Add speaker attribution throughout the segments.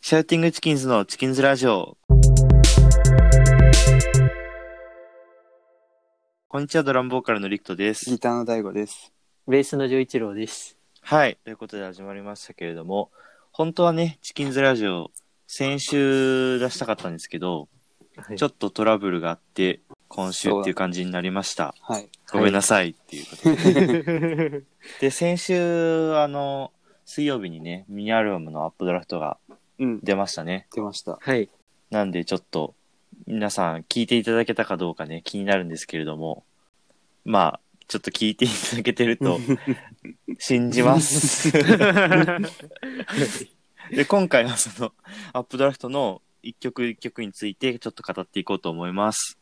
Speaker 1: シャウティングチキンズのチキンズラジオ。こんにちは、ドラムボーカルのリクトです。
Speaker 2: ギターの大悟です。
Speaker 3: ベースの十一郎です。
Speaker 1: はい。ということで始まりましたけれども、本当はね、チキンズラジオ、先週出したかったんですけど、ちょ
Speaker 3: っ
Speaker 1: っとトラブルがあって、今週っていう感じになりました。
Speaker 2: はい。
Speaker 1: ごめんなさいっていうことで。
Speaker 3: と。
Speaker 1: で、先週、あの、水曜日にね、ミニアルバムのアップドラフトが
Speaker 2: うん。
Speaker 1: 出ましたね。
Speaker 2: 出ました。
Speaker 3: はい。
Speaker 1: なんでちょっと皆さん聞いていただけたかどうかね気になるんですけれどもまあちょっと聞いていただけてると信じますで今回はそのアップドラフトの一曲一曲についてちょっと語っていこうと思います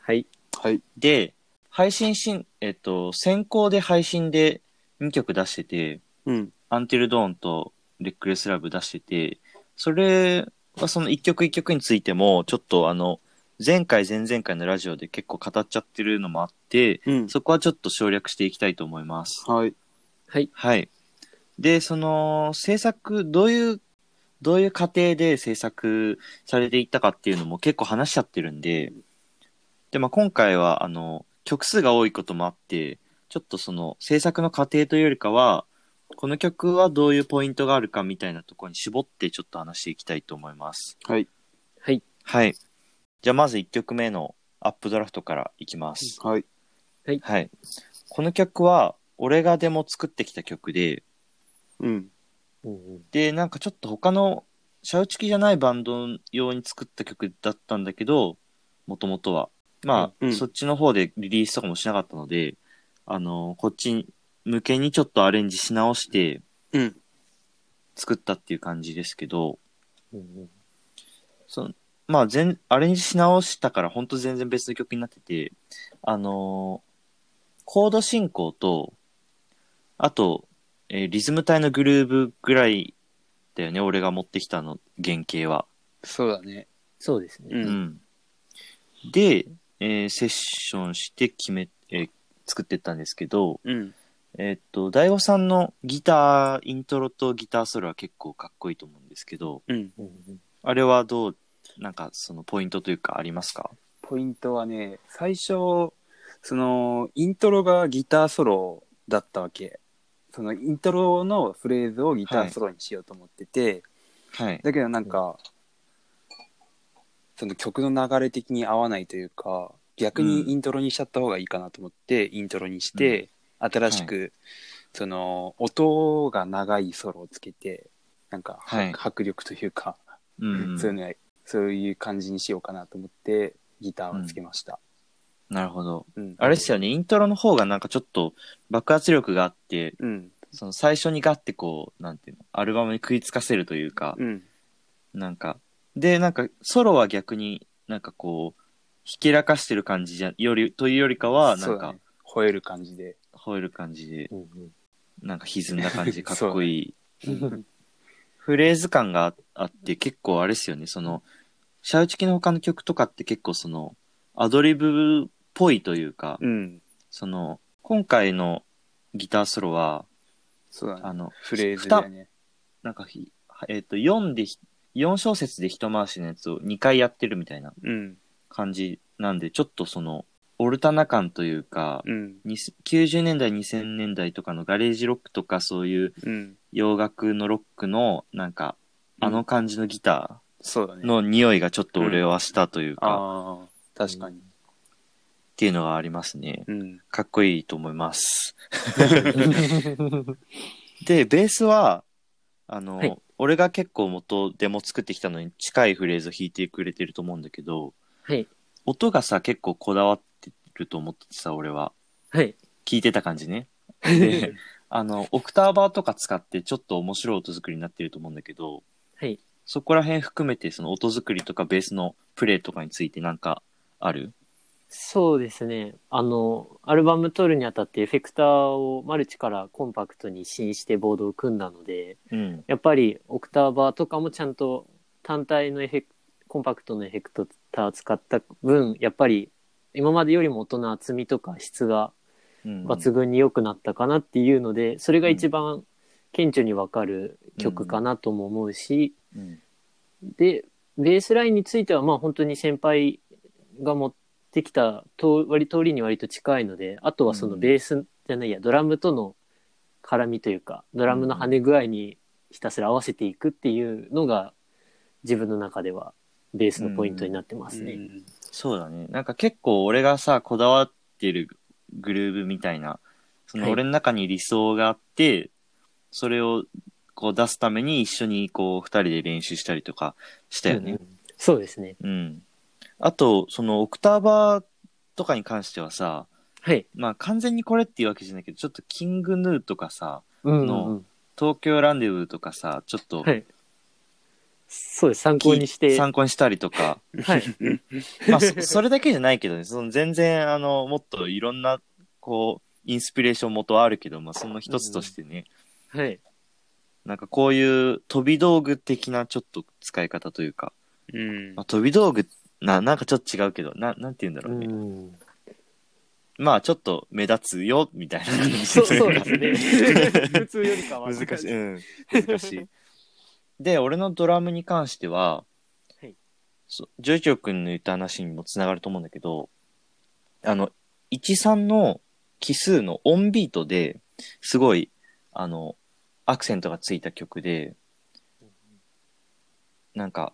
Speaker 3: はい。
Speaker 2: はい。
Speaker 1: で配信しんえっと先行で配信で2曲出してて、
Speaker 2: うん。
Speaker 1: アンティルドーンとレックレスラブ出してて、それはその一曲一曲についても、ちょっとあの、前回前々回のラジオで結構語っちゃってるのもあって、
Speaker 2: うん。
Speaker 1: そこはちょっと省略していきたいと思います。
Speaker 2: はい。
Speaker 3: はい。
Speaker 1: はい。で、その、制作、どういう、どういう過程で制作されていったかっていうのも結構話しちゃってるんで、で、まあ今回は、あの、曲数が多いこともあって、ちょっとその、制作の過程というよりかは、この曲はどういうポイントがあるかみたいなところに絞ってちょっと話していきたいと思います。
Speaker 2: はい。
Speaker 3: はい。
Speaker 1: はい。じゃあまず1曲目のアップドラフトからいきます。
Speaker 2: はい。
Speaker 1: はい。この曲は、俺がでも作ってきた曲で、
Speaker 2: うん。
Speaker 1: でなんかちょっと他のシャウチキじゃないバンド用に作った曲だったんだけどもともとはまあ、
Speaker 2: うんうん
Speaker 1: そっちの方でリリースとかもしなかったのであのこっち向けにちょっとアレンジし直して
Speaker 2: うん。
Speaker 1: 作ったっていう感じですけどそのまあ全アレンジし直したからほんと全然別の曲になっててあのコード進行とあと、えーリズム体のグルーブぐらいだよね俺が持ってきたの原型は
Speaker 2: そうだね。
Speaker 3: そうですね。
Speaker 2: うん
Speaker 1: うんで、えーセッションして決め、えー作ってったんですけど、
Speaker 2: うん。
Speaker 1: えーっと、大悟さんのギター、イントロとギターソロは結構かっこいいと思うんですけど、
Speaker 2: うん。
Speaker 1: あれはどう、なんかそのポイントというかありますか
Speaker 2: ポイントはね、最初、その、イントロがギターソロだったわけ。その、イントロのフレーズをギターソロにしようと思ってて、
Speaker 1: はい。
Speaker 2: だけどなんか、その曲の流れ的に合わないというか、逆
Speaker 1: うん
Speaker 2: にイントロにしちゃった方がいいかなと思って、イントロにして、新しく、その、音が長いソロをつけて、なんか、
Speaker 1: はい
Speaker 2: 迫力というか、
Speaker 1: うん、
Speaker 2: そういうのやそういう感じにしようかなと思って、ギターをつけました。
Speaker 1: なるほど。
Speaker 2: うん。
Speaker 1: あれですよね、イントロの方がなんかちょっと爆発力があって、
Speaker 2: うん。
Speaker 1: その最初にガッてこう、なんていうの、アルバムに食いつかせるというか、
Speaker 2: うん。
Speaker 1: なんか、で、なんか、ソロは逆になんかこう、ひけらかしてる感じじゃ、より、というよりかは、な
Speaker 2: そ
Speaker 1: ん
Speaker 2: うだ
Speaker 1: か
Speaker 2: ね、吠える感じで。
Speaker 1: 吠える感じで、
Speaker 3: うん
Speaker 1: なんか歪んだ 感じ、かっこいい。
Speaker 3: うん
Speaker 1: フレーズ感があって、結構あれですよね、その、シャウチキの他の曲とかって結構その、アドリブっぽいというか、
Speaker 2: うん。
Speaker 1: その、今回のギターソロは、
Speaker 2: そうだ
Speaker 1: あ
Speaker 2: ね。
Speaker 1: の、
Speaker 2: フレーズだよね。
Speaker 1: なんかひ、えっ、と、4でひ、4小節で一回しのやつを2回やってるみたいな
Speaker 2: うん。
Speaker 1: 感じなんで、ちょっとその、オルタナ感というか、
Speaker 2: うん。
Speaker 1: に90年代、2000年代とかのガレージロックとかそういう
Speaker 2: うん。
Speaker 1: 洋楽のロックの、なんか、あの感じのギタ
Speaker 2: そう
Speaker 1: ー
Speaker 2: だね。
Speaker 1: の匂いがちょっと俺はしたというか、っ
Speaker 2: ああ、確かに。
Speaker 1: ていうのがありますね。
Speaker 2: うん。
Speaker 1: かっこいいと思います。で、ベースは、あの、
Speaker 3: はい
Speaker 1: 俺が結構元でも作ってきたのに近いフレーズを弾いてくれてると思うんだけど、
Speaker 3: はい。
Speaker 1: 音がさ、結構こだわってると思っててさ、俺は。
Speaker 3: はい。
Speaker 1: 聞いてた感じね。 で、あの、オクターバーとか使ってちょっと面白い音作りになってると思うんだけど、
Speaker 3: はい。
Speaker 1: そこら辺含めてその音作りとかベースのプレイとかについてなんかある
Speaker 3: そうですね。あの、アルバム撮るにあたってエフェクターをマルチからコンパクトに試飲してボードを組んだので、
Speaker 1: うん。
Speaker 3: やっぱりオクターバーとかもちゃんと単体のエフェクコンパクトのエフェクター使った分やっぱり今までよりも音の厚みとか質が
Speaker 1: うん
Speaker 3: 抜群に良くなったかなっていうので、それが一番顕著にわかる曲かなとも思うし、
Speaker 1: うん
Speaker 3: で、ベースラインについては、まあ本当に先輩が持ってきたと割通りに割と近いので、あとはそのベースじゃないや、ドラムとの絡みというか、ドラムの跳ね具合にひたすら合わせていくっていうのが、自分の中ではベースのポイントになってますね。
Speaker 2: うん
Speaker 1: そうだね。なんか結構俺がさ、こだわってるグルーブみたいな、そ
Speaker 3: は
Speaker 1: の
Speaker 3: い
Speaker 1: 俺の中に理想があって、それをこう出すために一緒にこう二人で練習したりとかしたよ
Speaker 3: うんう
Speaker 1: ね。
Speaker 3: んそうですね。
Speaker 1: うん、あと、そのオクターバーとかに関してはさ、
Speaker 3: はい。
Speaker 1: まあ完全にこれっていうわけじゃないけど、ちょっとキングヌーとかさ、
Speaker 3: うん
Speaker 1: の
Speaker 3: うんうん
Speaker 1: 東京ランデブーとかさ、ちょっと
Speaker 3: はい。そうです。参考にして。
Speaker 1: 参考にしたりとか、
Speaker 3: はい。
Speaker 1: まあ、 そそれだけじゃないけどね、その全然、あの、もっといろんな、こう、インスピレーション元はあるけど、まあ、その一つとしてね、
Speaker 3: はい。
Speaker 1: なんかこういう飛び道具的なちょっと使い方というか、
Speaker 2: うん
Speaker 1: まあ、飛び道具、な、なんかちょっと違うけど、な、なんて 言うんだ
Speaker 3: う
Speaker 1: ろうね。
Speaker 3: ん。
Speaker 1: まあ、ちょっと目立つよ、みたいな感じ
Speaker 3: そうそ うですね。普通よりかは。
Speaker 1: 難し い。うん、難しい。で、俺のドラムに関しては、
Speaker 3: はい
Speaker 1: そジョイチョウ君の言った話にもつながると思うんだけど、あの、13の奇数のオンビートですごい、あの、アクセントがついた曲で、なんか、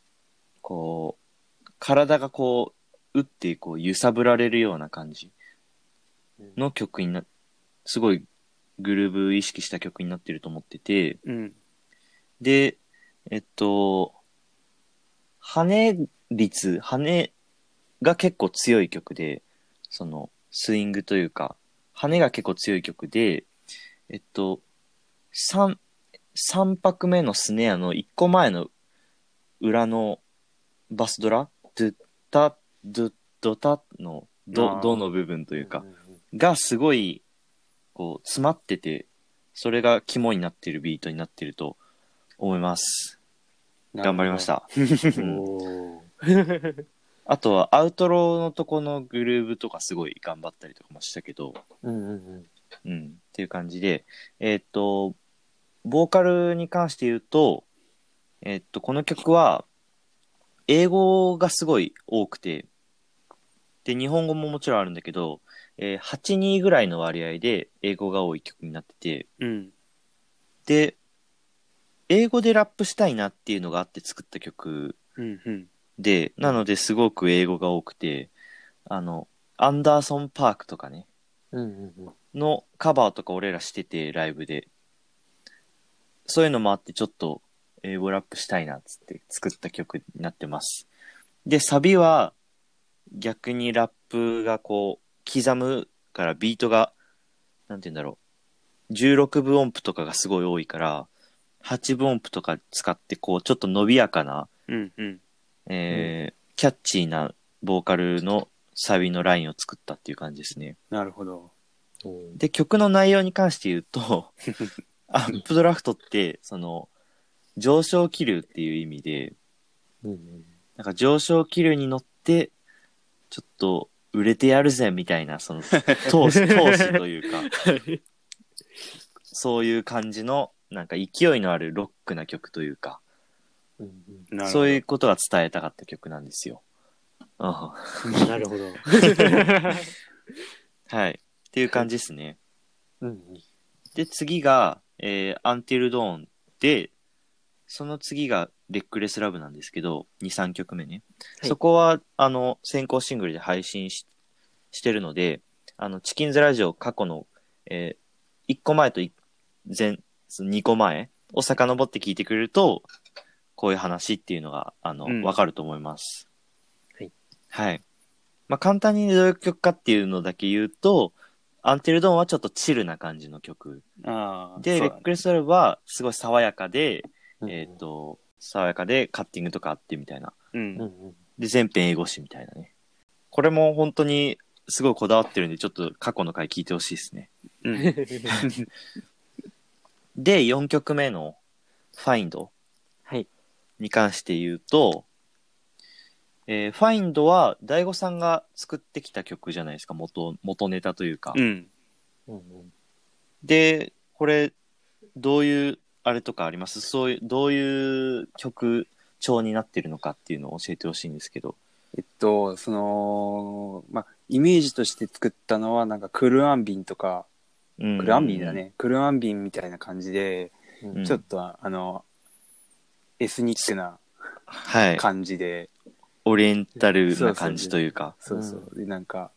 Speaker 1: こう、体がこう、打ってこう揺さぶられるような感じの曲にな、すごいグルーブ意識した曲になってると思ってて、
Speaker 2: うん
Speaker 1: で、えっと、跳ね率、跳ねが結構強い曲で、その、スイングというか、跳ねが結構強い曲で、えっと、三、三拍目のスネアの一個前の裏のバスドラ、ドゥッタ、ドゥッドタの
Speaker 2: あ
Speaker 1: ド、
Speaker 2: ー
Speaker 1: ドの部分と
Speaker 3: と
Speaker 1: いうか、。がすごい、こう、詰まってて、それが肝になってるビートになってると思います。頑張りまし。た。うん
Speaker 3: おー
Speaker 1: あとは、アウトローのとこのグルーブとかすごい頑張ったりとかもしたけど、
Speaker 3: うんうん
Speaker 1: うん、っていう感じで、えーっと、ボーカルに関して言うと、えーっと、この曲は、英語がすごい多くて、で、日本語ももちろんあるんだけど、えー、8、2ぐらいの割合で英語が多い曲になってて、
Speaker 2: うん
Speaker 1: で、英語でラップしたいなっていうのがあって作った曲
Speaker 2: うんうん
Speaker 1: で、なのですごく英語が多くて、あの、アンダーソン・パークとかね、
Speaker 3: うん。うんうんうん
Speaker 1: のカバーとか俺らしてて、ライブで。そういうのもあって、ちょっと英語ラップしたいなっつって作った曲になってます。で、サビは逆にラップがこう、刻むからビートが、なんて言うんだろう。16分音符とかがすごい多いから、8分音符とか使ってこう、ちょっと伸びやかな、
Speaker 2: うんうん
Speaker 1: えーキャッチーなボーカルのサビのラインを作ったっていう感じですね。
Speaker 2: なるほど。
Speaker 1: で、曲の内容に関して言う と、アップドラフトって、その、上昇気流っていう意味で、
Speaker 3: うんうん
Speaker 1: なんか上昇気流に乗って、ちょっと売れてやるぜみたいな、その、投 資、投資というか、そういう感じの、なんか勢いのあるロックな曲というか、
Speaker 3: うんうん
Speaker 2: なるほど
Speaker 1: そういうことが伝えたかった曲なんですよ。うん、は
Speaker 3: なるほど。
Speaker 1: い。っていう感じですね。
Speaker 3: うんうん
Speaker 1: で、次が、えー、アンティルドーンで、その次が、レックレスラブなんですけど、2、3曲目ね。
Speaker 3: はい
Speaker 1: そこは、あの、先行シングルで配信ししてるので、あの、チキンズラジオ過去の、え1個前とい前、2個前を遡って聞いてくれると、こういう話っていうのが、あの、わ
Speaker 2: う、ん
Speaker 1: かると思います。
Speaker 3: はい。
Speaker 1: はい。まあ、簡単にどういう曲かっていうのだけ言うと、アンティルドーンはちょっとチルな感じの曲。
Speaker 2: ああ。
Speaker 1: で、
Speaker 2: そ
Speaker 1: レ
Speaker 2: うだ
Speaker 1: ックレスラブはすごい爽やかで、
Speaker 3: うん
Speaker 1: えっ、と、爽やかでカッティングとかあってみたいな。
Speaker 2: う
Speaker 3: うん
Speaker 2: ん。
Speaker 3: うん
Speaker 1: で、全編英語詞みたいなね。これも本当にすごいこだわってるんで、ちょっと過去の回聞いてほしいですね。
Speaker 2: うん。
Speaker 1: で、4曲目の Find
Speaker 3: はい。
Speaker 1: に関して言うと、えー、Find は大悟さんが作ってきた曲じゃないですか、元、元ネタというか。
Speaker 2: うん。
Speaker 3: うんうん
Speaker 1: で、これ、どういう、あれとかありますそういう、どういう曲、調になってるのかっていうのを教えてほしいんですけど。
Speaker 2: えっと、その、まあ、イメージとして作ったのは、なんかクルアンビンとか、
Speaker 1: うん
Speaker 2: クルアンビンだね。。クルアンビンみたいな感じで、
Speaker 1: うん
Speaker 2: ちょっと、あの、エスニックな
Speaker 1: はい。
Speaker 2: 感じで、
Speaker 1: オリエンタルな感じというか。
Speaker 2: そうそう。で、なんか、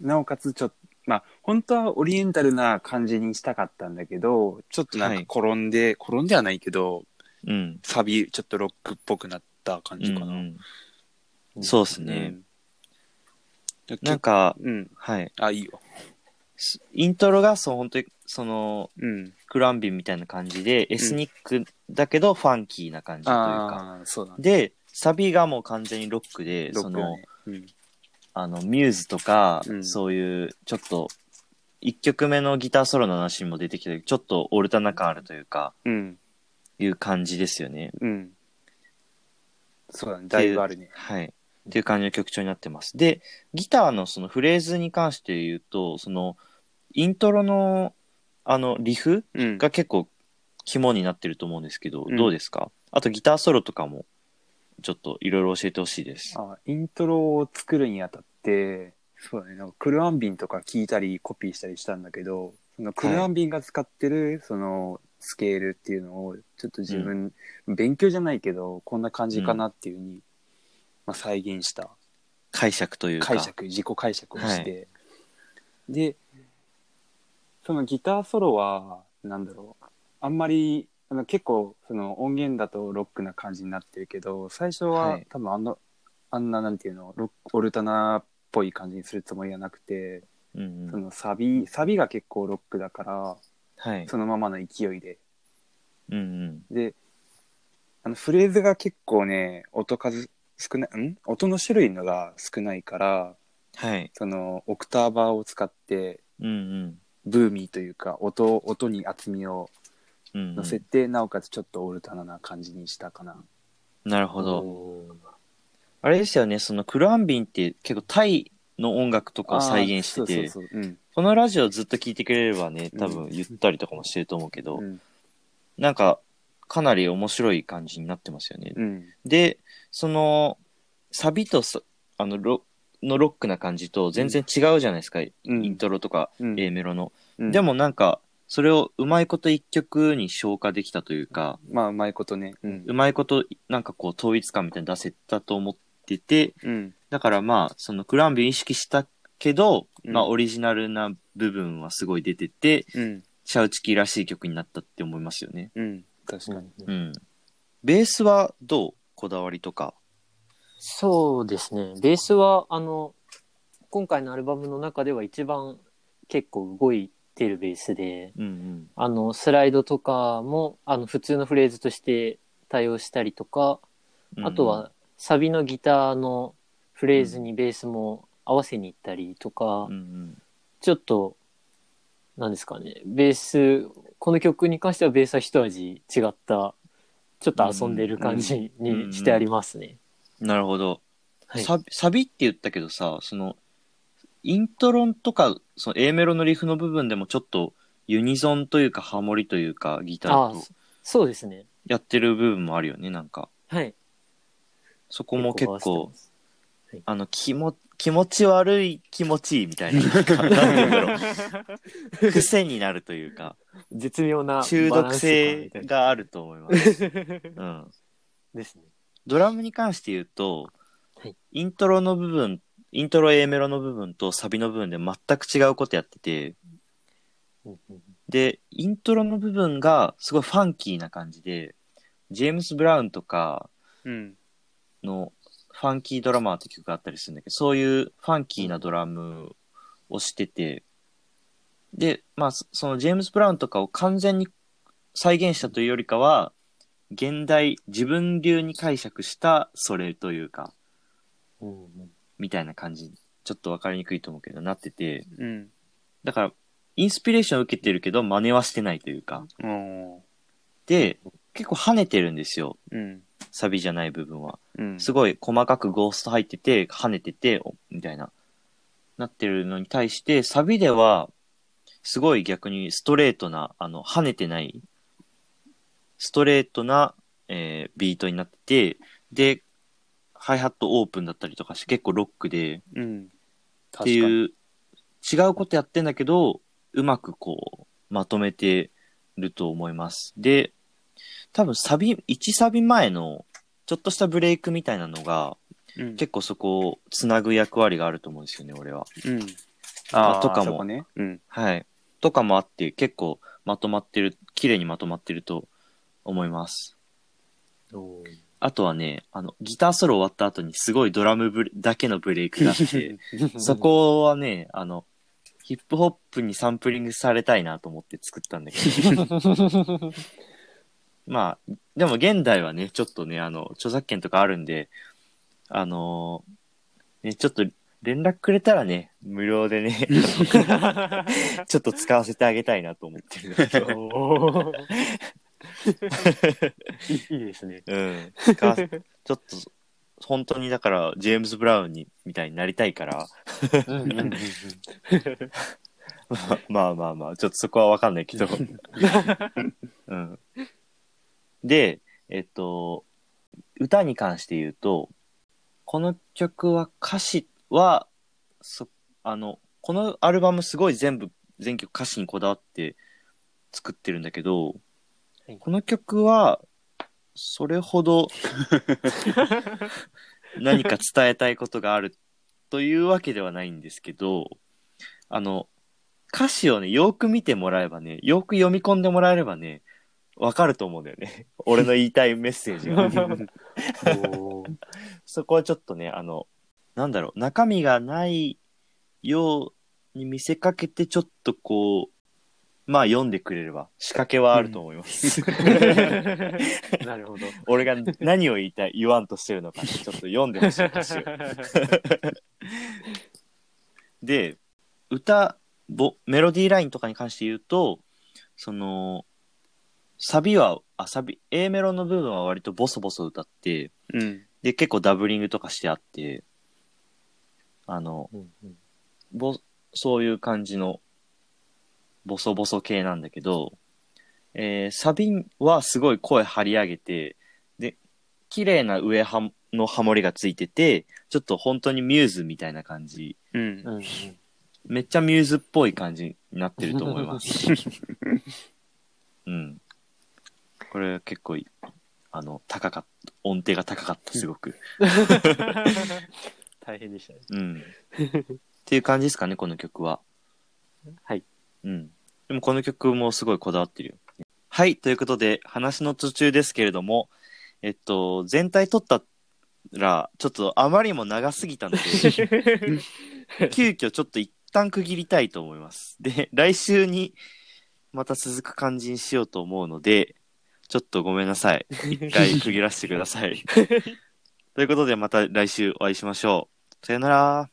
Speaker 2: なおかつ、ちょっと、まあ、本当はオリエンタルな感じにしたかったんだけど、ちょっとなんか転んで、転んではないけど、
Speaker 1: うん。
Speaker 2: サビ、ちょっとロックっぽくなった感じかな。
Speaker 1: うんうんそうです
Speaker 2: うん
Speaker 1: ね。
Speaker 2: だ
Speaker 1: なん
Speaker 2: 結構
Speaker 1: か、
Speaker 2: うん。
Speaker 1: はい。
Speaker 2: あ、いいよ。
Speaker 1: すイントロが、そう、本当に、その、
Speaker 2: うん。
Speaker 1: クランビンみたいな感じで、エスニックだけど、ファンキーな感じというか。
Speaker 2: ああー、そうだね。
Speaker 1: で、サビがもう完全にロックで、
Speaker 2: ロ
Speaker 1: そ
Speaker 2: ックだ
Speaker 1: の
Speaker 2: ね、うん
Speaker 1: あの、ミューズとか、
Speaker 2: うん
Speaker 1: そういう、ちょっと、1曲目のギターソロの話も出てきたけど、ちょっとオルタナ感あるというか、
Speaker 2: うん。
Speaker 1: いう感じですよね。
Speaker 2: うん。そうだね。だいぶあるね。
Speaker 1: はい。っていう感じの曲調になってます。で、ギターのそのフレーズに関して言うと、その、イントロの、あの、リフ
Speaker 2: うん。
Speaker 1: が結構肝になってると思うんですけど、
Speaker 2: うん
Speaker 1: どうですかあとギターソロとかも、ちょっといろいろ教えてほしいです。
Speaker 2: あイントロを作るにあたって、そうだね。なんかクルアンビンとか聞いたり、コピーしたりしたんだけど、そのクルアンビンが使ってる、その、スケールっていうのを、ちょっと自分、勉強じゃないけど、こんな感じかなっていうふうに、まあ、再現した。
Speaker 1: 解釈というか。
Speaker 2: 解釈自己解釈をして、でそのギターソロはなんだろうあんまりあの結構その音源だとロックな感じになってるけど最初は、
Speaker 1: はい
Speaker 2: 多分あのあんななんていうのロックオルタナっぽい感じにするつもりはなくて、
Speaker 1: うんう
Speaker 2: そ
Speaker 1: ん。
Speaker 2: のサビサビが結構ロックだから
Speaker 1: はい。
Speaker 2: そのままの勢いで
Speaker 1: うんうん。
Speaker 2: であのフレーズが結構ね音数少ないん音の種類のが少ないから
Speaker 1: はい。
Speaker 2: そのオクターバーを使って
Speaker 1: うんうん。
Speaker 2: ブーミーというか音音に厚みを
Speaker 1: うんうん
Speaker 2: 乗せて、なおかつちょっとオルタナな感じにしたかな。
Speaker 1: なるほど。
Speaker 3: おー
Speaker 1: あれですよね、そのクルアンビンって結構タイの音楽とかを再現してて、
Speaker 2: そうそうそううん
Speaker 1: このラジオずっと聞いてくれればね、多分言ったりとかもしてると思うけど、
Speaker 2: うん
Speaker 1: なんかかなり面白い感じになってますよね。
Speaker 2: うん
Speaker 1: で、そのサビとさあのロのロックな感じと全然違うじゃないですか、
Speaker 2: うん
Speaker 1: イントロとか
Speaker 2: うん
Speaker 1: A メロの。
Speaker 2: うん
Speaker 1: でもなんか、それをうまいこと一曲に消化できたというか、
Speaker 2: まあうまいことね。うん
Speaker 1: うまいことなんかこう統一感みたいに出せたと思ってて、
Speaker 2: うん
Speaker 1: だからまあ、そのクランビン意識したけど、
Speaker 2: うん
Speaker 1: まあオリジナルな部分はすごい出てて、
Speaker 2: うん
Speaker 1: シャウチキーらしい曲になったって思いますよね。
Speaker 2: うん確かに。
Speaker 1: うん。ベースはどうこだわりとか。
Speaker 3: そうですね。ベースは、あの、今回のアルバムの中では一番結構動いてるベースで、
Speaker 1: うん
Speaker 3: あの、スライドとかも、あの、普通のフレーズとして対応したりとか、
Speaker 1: うん。
Speaker 3: あとはサビのギターのフレーズにベースも合わせに行ったりとか、
Speaker 1: うんうん、
Speaker 3: ちょっと、なんですかね、ベース、この曲に関してはベースは一味違った、ちょっと遊んでる感じにしてありますね。
Speaker 1: なるほど、
Speaker 3: はい
Speaker 1: サビ。サビって言ったけどさ、その、イントロとか、その A メロのリフの部分でもちょっとユニゾンというかハモリというかギター
Speaker 3: あ
Speaker 1: と
Speaker 3: そうですね。
Speaker 1: やってる部分もあるよね、なんか。
Speaker 3: はい。
Speaker 1: そこも結構
Speaker 3: 回してます
Speaker 1: あの、気も、気持ち悪い気持ちいいみたいな、 なんかなんて言うんだろ う。癖になるというか、
Speaker 3: 絶妙な
Speaker 1: 中
Speaker 3: バラン
Speaker 1: 毒
Speaker 3: ス
Speaker 1: 性
Speaker 3: 感みたいな
Speaker 1: があると思います。うん。
Speaker 3: ですね。
Speaker 1: ドラムに関して言うと、
Speaker 3: はい
Speaker 1: イントロの部分、イントロ A メロの部分とサビの部分で全く違うことやってて、
Speaker 3: うんうん
Speaker 1: で、イントロの部分がすごいファンキーな感じで、ジェームス・ブラウンとか
Speaker 2: うん
Speaker 1: のファンキードラマーって曲があったりするんだけど、そういうファンキーなドラムをしてて、で、まあ、そそのジェームス・ブラウンとかを完全に再現したというよりかは、現代、自分流に解釈したそれというか、
Speaker 3: うんうん
Speaker 1: みたいな感じ、ちょっとわかりにくいと思うけど、なってて、
Speaker 2: うん
Speaker 1: だから、インスピレーションを受けてるけど、真似はしてないというか、
Speaker 2: おー
Speaker 1: で、結構跳ねてるんですよ、
Speaker 2: うん
Speaker 1: サビじゃない部分は。
Speaker 2: うん
Speaker 1: すごい細かくゴースト入ってて、跳ねてて、おみたいな、なってるのに対して、サビでは、すごい逆にストレートな、あの、跳ねてない、ストレートなえービートになってて、で、ハイハットオープンだったりとかして結構ロックで、
Speaker 2: うん。
Speaker 1: っ
Speaker 3: 確
Speaker 1: て
Speaker 3: かに。
Speaker 1: いう、違うことやってんだけど、うまくこう、まとめてると思います。で、多分サビ、1サビ前の、ちょっとしたブレイクみたいなのが、
Speaker 2: うん。
Speaker 1: 結構そこをつなぐ役割があると思うんですよね、俺は。
Speaker 2: うん。
Speaker 1: あ
Speaker 2: ー
Speaker 1: とか
Speaker 2: そ
Speaker 1: も
Speaker 2: こ、ね。うん。
Speaker 1: はい。とかもあって、結構まとまってる、綺麗にまとまってると思います。
Speaker 3: おー
Speaker 1: あとはね、あの、ギターソロ終わった後にすごいドラムブレだけのブレイクがあって、そこはね、あの、ヒップホップにサンプリングされたいなと思って作ったんだけど、まあ、でも現代はね、ちょっとね、あの、著作権とかあるんで、あのーね、ちょっと連絡くれたらね、無料でね、ちょっと使わせてあげたいなと思ってるんだ けど、
Speaker 3: おーいいいいですね。
Speaker 1: うん、使わせちょっと、本当にだから、ジェームズ・ブラウンにみたいになりたいから、 まあまあまあ、ちょっとそこはわかんないけど。うん、で、えっと、歌に関して言うと、この曲は歌詞は、そあの、このアルバムすごい全部、全曲歌詞にこだわって作ってるんだけど、
Speaker 3: はい
Speaker 1: この曲は、それほど何か伝えたいことがあるというわけではないんですけど、あの、歌詞をね、よく見てもらえばね、よく読み込んでもらえればね、わかると思うんだよね。俺の言いたいメッセージが。
Speaker 3: おー
Speaker 1: そこはちょっとね、あの、なんだろう、中身がないように見せかけて、ちょっとこう、まあ読んでくれれば仕掛けはあると思います。
Speaker 3: なるほど。
Speaker 1: 俺が何を言いたい、言わんとしてるのか、ちょっと読んでほしい歌詞を。で歌ボメロディーラインとかに関して言うとそのサビはあサビ A メロの部分は割とボソボソ歌って
Speaker 2: うん。
Speaker 1: で結構ダブリングとかしてあってあの
Speaker 3: うんうん
Speaker 1: ボそういう感じのボソボソ系なんだけど、えーサビはすごい声張り上げてで綺麗な上はのハモリがついててちょっと本当にミューズみたいな感じ
Speaker 2: うん
Speaker 3: う。んうん
Speaker 1: めっちゃミューズっぽい感じになってると思います。うん。これ結構いい、あの、高かった。音程が高かった、すごく。
Speaker 3: 大変でしたね。
Speaker 1: うん。っていう感じですかね、この曲は。
Speaker 3: はい。
Speaker 1: うん。でもこの曲もすごいこだわってるよ。はい、ということで、話の途中ですけれども、えっと、全体撮ったら、ちょっとあまりにも長すぎた ので、急遽ちょっと一旦区切りたいと思います。で、来週にまた続く感じにしようと思うので、ちょっとごめんなさい。一回区 切らせてください。ということでまた来週お会いしましょう。さよなら。